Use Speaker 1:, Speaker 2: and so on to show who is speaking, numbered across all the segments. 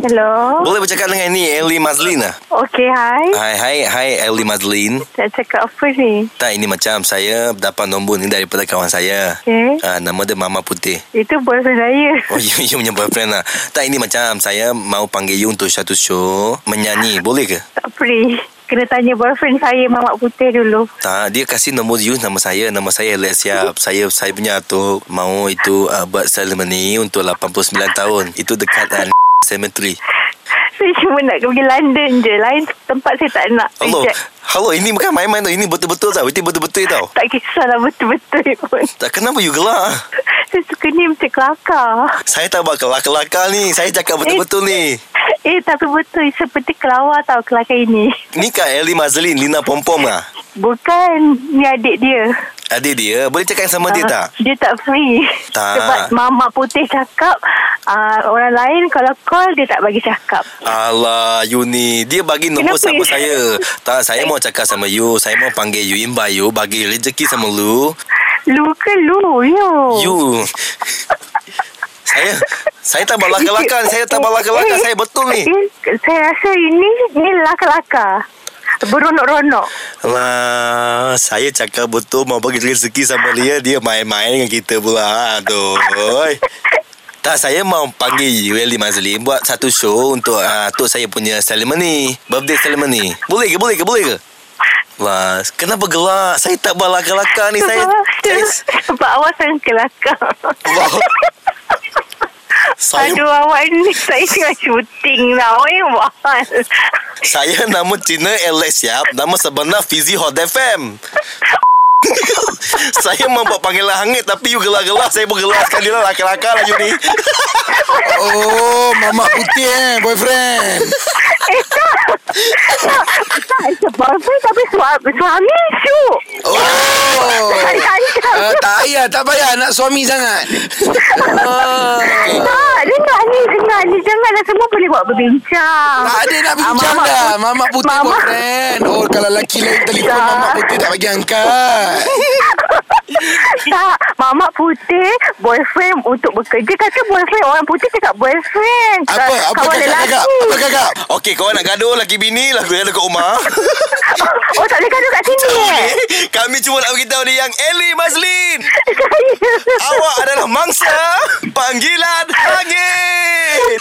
Speaker 1: Hello.
Speaker 2: Boleh bercakap dengan ni Ellie Mazlina.
Speaker 1: Okey, hai.
Speaker 2: Hai hai hai Ellie Mazlin.
Speaker 1: Nak cakap apa ni?
Speaker 2: Tak ini macam saya dapat nombor ni daripada kawan saya.
Speaker 1: Okey.
Speaker 2: Ah, nama dia Mama Putih.
Speaker 1: Itu boyfriend saya.
Speaker 2: Oh you, you punya boyfriend lah Tak ini macam Saya mau panggil you Untuk satu show Menyanyi Boleh ke?
Speaker 1: Tak boleh. Kena tanya boyfriend saya Mamat Putih dulu.
Speaker 2: Tak Dia kasih nombor you Nama saya Nama saya Elias Siap Saya saya punya tu Mau itu uh, Buat ceremony Untuk 89 tahun Itu dekat uh, Cemetery
Speaker 1: Saya cuma nak pergi London je. Lain tempat saya tak nak.
Speaker 2: Hello
Speaker 1: Reject.
Speaker 2: Hello Ini bukan main-main tau Ini betul-betul tau Ini betul-betul tau
Speaker 1: Tak kisahlah betul-betul pun.
Speaker 2: tak, Kenapa you gelak? ah?
Speaker 1: Saya suka ni macam kelakar.
Speaker 2: Saya tak buat kelakar-kelakar ni Saya cakap betul-betul ni
Speaker 1: Eh, tapi betul. Seperti kelawar tau kelakar ini.
Speaker 2: Ni Kak Ellie Mazlin Lina Pompom lah
Speaker 1: Bukan ni adik dia.
Speaker 2: Adik dia Boleh cakap
Speaker 1: Ah.
Speaker 2: sama dia tak?
Speaker 1: Dia tak free.
Speaker 2: Tak.
Speaker 1: Sebab Mamat Putih cakap uh, orang lain kalau call dia tak bagi cakap.
Speaker 2: Alah you ni Dia bagi nombor
Speaker 1: Kenapa
Speaker 2: sama
Speaker 1: you?
Speaker 2: saya Tak saya mau cakap sama you Saya mau panggil you Imba you Bagi rezeki sama lu
Speaker 1: Lu ke lu? Yo.
Speaker 2: You Saya Saya tak buat lakar-lakar Saya tak buat lakar-lakar Saya betul ni
Speaker 1: Eh, saya rasa ini ni laka-laka. Beronok-ronok.
Speaker 2: Lah Saya cakap betul Mau bagi rezeki sama dia Dia main-main dengan kita pula Aduh tak, saya mau panggil you, Ali Mazli Buat satu show untuk uh, Tok saya punya ceremony Birthday ceremony Boleh ke, boleh ke, boleh ke? Lah, kenapa gelak? Saya tak buat lakar-lakar ni Saya, saya,
Speaker 1: Sebab awak sangat kelakar.
Speaker 2: Wah. saya,
Speaker 1: Aduh, awak ni saya tengah syuting tau. Eh, mahal.
Speaker 2: saya nama Cina Alex Yap Nama sebenar Fizi Hot FM Saya mau buat panggilan hangit Tapi you gelak-gelak Saya bergelak sekali lah Lakar-lakar lah you ni
Speaker 3: Oh, mama putih eh, boyfriend.
Speaker 1: Tak, sebab apa? Tapi suami, suami syuk.
Speaker 3: Oh.
Speaker 1: Kadang-kadang.
Speaker 2: Eh,
Speaker 3: Uh, tak payah, tak payah nak suami sangat. Oh.
Speaker 1: Tak, dengar ni, dengar ni. Janganlah semua boleh buat berbincang.
Speaker 3: Tak ada nak
Speaker 1: Ah,
Speaker 3: bincang dah.
Speaker 1: Mamat
Speaker 3: Mama putih
Speaker 1: Mama-
Speaker 3: boyfriend. Oh, kalau lelaki lain telefon
Speaker 1: Tak.
Speaker 3: mama putih tak bagi angkat.
Speaker 1: Tak, mamak putih, boyfriend untuk bekerja. Kata boyfriend, orang putih cakap boyfriend.
Speaker 3: Apa? Apa
Speaker 1: Kawan
Speaker 3: kakak
Speaker 1: lelaki.
Speaker 3: kakak? Apa kakak?
Speaker 2: Okey, kau nak gaduh laki bini Laki gaduh kat rumah
Speaker 1: Oh, tak boleh gaduh kat sini eh?
Speaker 2: Okey, Kami cuma nak beritahu dia yang Eli Mazlin Awak adalah mangsa Panggilan hangit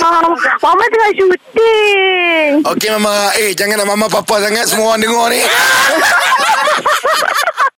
Speaker 1: Ah, Mama tengah syuting.
Speaker 3: Okey mama, eh jangan nak mama papa sangat semua orang dengar ni.